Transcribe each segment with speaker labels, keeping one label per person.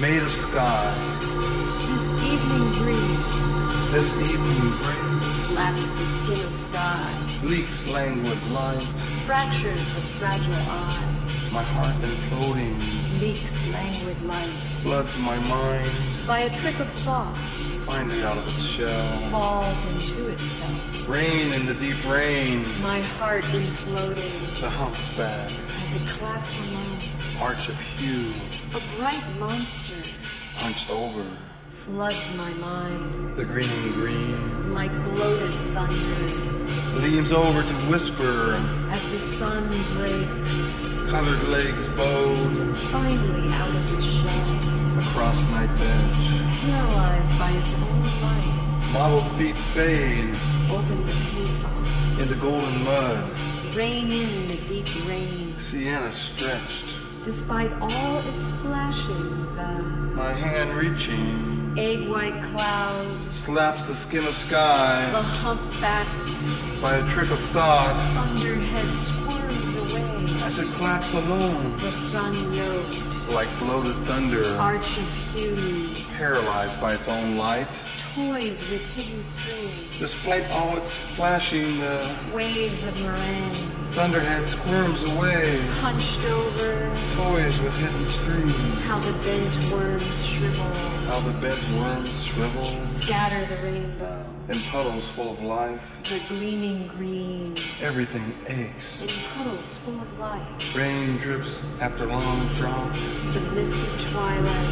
Speaker 1: made of sky.
Speaker 2: This evening breeze
Speaker 1: This evening breeze
Speaker 2: slaps the skin of sky,
Speaker 1: leaks languid light.
Speaker 2: fractures the fragile eye,
Speaker 1: My heart imploding
Speaker 2: leaks languid light.
Speaker 1: floods my mind,
Speaker 2: By a trick of thought,
Speaker 1: finally out of its shell.
Speaker 2: falls into itself.
Speaker 1: Rain in the deep rain.
Speaker 2: My heart is floating
Speaker 1: The humpback
Speaker 2: as it claps along.
Speaker 1: arch of hue
Speaker 2: A bright monster
Speaker 1: hunched over
Speaker 2: floods my mind
Speaker 1: the green green
Speaker 2: like bloated thunder
Speaker 1: leaves over to whisper
Speaker 2: as the sun breaks
Speaker 1: colored legs bowed
Speaker 2: finally out of its shell,
Speaker 1: across night's edge.
Speaker 2: paralyzed by its own light.
Speaker 1: Mottled feet fade
Speaker 2: Open the payphones.
Speaker 1: in the golden mud.
Speaker 2: Rain in the deep rain.
Speaker 1: Sienna stretched,
Speaker 2: Despite all its flashing, the
Speaker 1: my hand reaching,
Speaker 2: egg white cloud,
Speaker 1: slaps the skin of sky
Speaker 2: the humpbacked
Speaker 1: by a trick of thought
Speaker 2: thunderhead squirms away.
Speaker 1: as it claps alone.
Speaker 2: The sun yoked
Speaker 1: Like bloated thunder,
Speaker 2: arch of hue
Speaker 1: paralyzed by its own light,
Speaker 2: toys with hidden strings.
Speaker 1: despite all its flashing, the
Speaker 2: Waves of meringue
Speaker 1: thunderhead squirms away,
Speaker 2: hunched over.
Speaker 1: toys with hidden strings.
Speaker 2: How the bent worms shrivel,
Speaker 1: How the bent worms shrivel
Speaker 2: scatter the rainbow.
Speaker 1: in puddles full of life.
Speaker 2: The gleaming green
Speaker 1: Everything aches.
Speaker 2: in puddles full of light.
Speaker 1: Rain drips after long drop.
Speaker 2: The misted twilight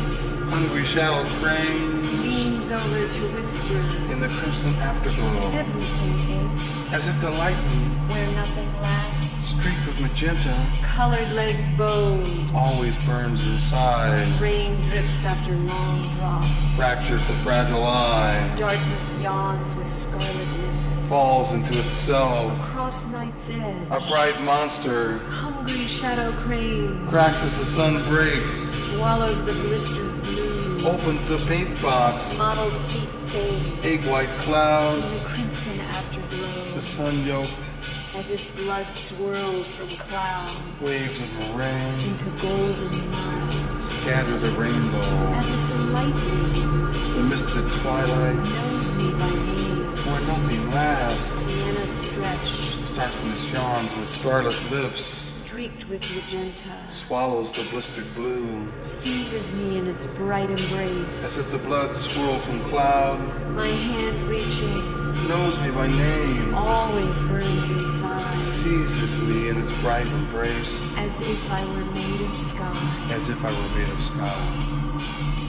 Speaker 1: Hungry shallow crane
Speaker 2: leans over to whisper
Speaker 1: in the crimson afterglow.
Speaker 2: everything aches
Speaker 1: As if the lightning,
Speaker 2: where nothing lasts.
Speaker 1: streaked with magenta,
Speaker 2: Colored legs bowed,
Speaker 1: always burns inside,
Speaker 2: rain drips after long drop.
Speaker 1: fractures the fragile eye,
Speaker 2: Darkness yawns with scarlet lips.
Speaker 1: falls into itself.
Speaker 2: Across night's edge,
Speaker 1: A bright monster
Speaker 2: hungry shadow crane
Speaker 1: cracks as the sun breaks,
Speaker 2: swallows the blistered blue.
Speaker 1: opens the paint box,
Speaker 2: Mottled feet fade
Speaker 1: egg white cloud,
Speaker 2: in the crimson afterglow
Speaker 1: the sun yoked,
Speaker 2: as if blood swirled from cloud
Speaker 1: waves of meringue
Speaker 2: into golden mud.
Speaker 1: scatter the rainbow.
Speaker 2: As if the lightning
Speaker 1: The misted twilight,
Speaker 2: knows me by name,
Speaker 1: where nothing lasts,
Speaker 2: Sienna stretched,
Speaker 1: darkness yawns with scarlet lips,
Speaker 2: streaked with magenta,
Speaker 1: swallows the blistered blue.
Speaker 2: seizes me in its bright
Speaker 1: As
Speaker 2: embrace.
Speaker 1: if the blood swirled from cloud,
Speaker 2: My hand reaching
Speaker 1: knows me by name,
Speaker 2: always burns inside,
Speaker 1: seizes me in its bright embrace,
Speaker 2: as if I were made of sky.
Speaker 1: as if I were made of sky.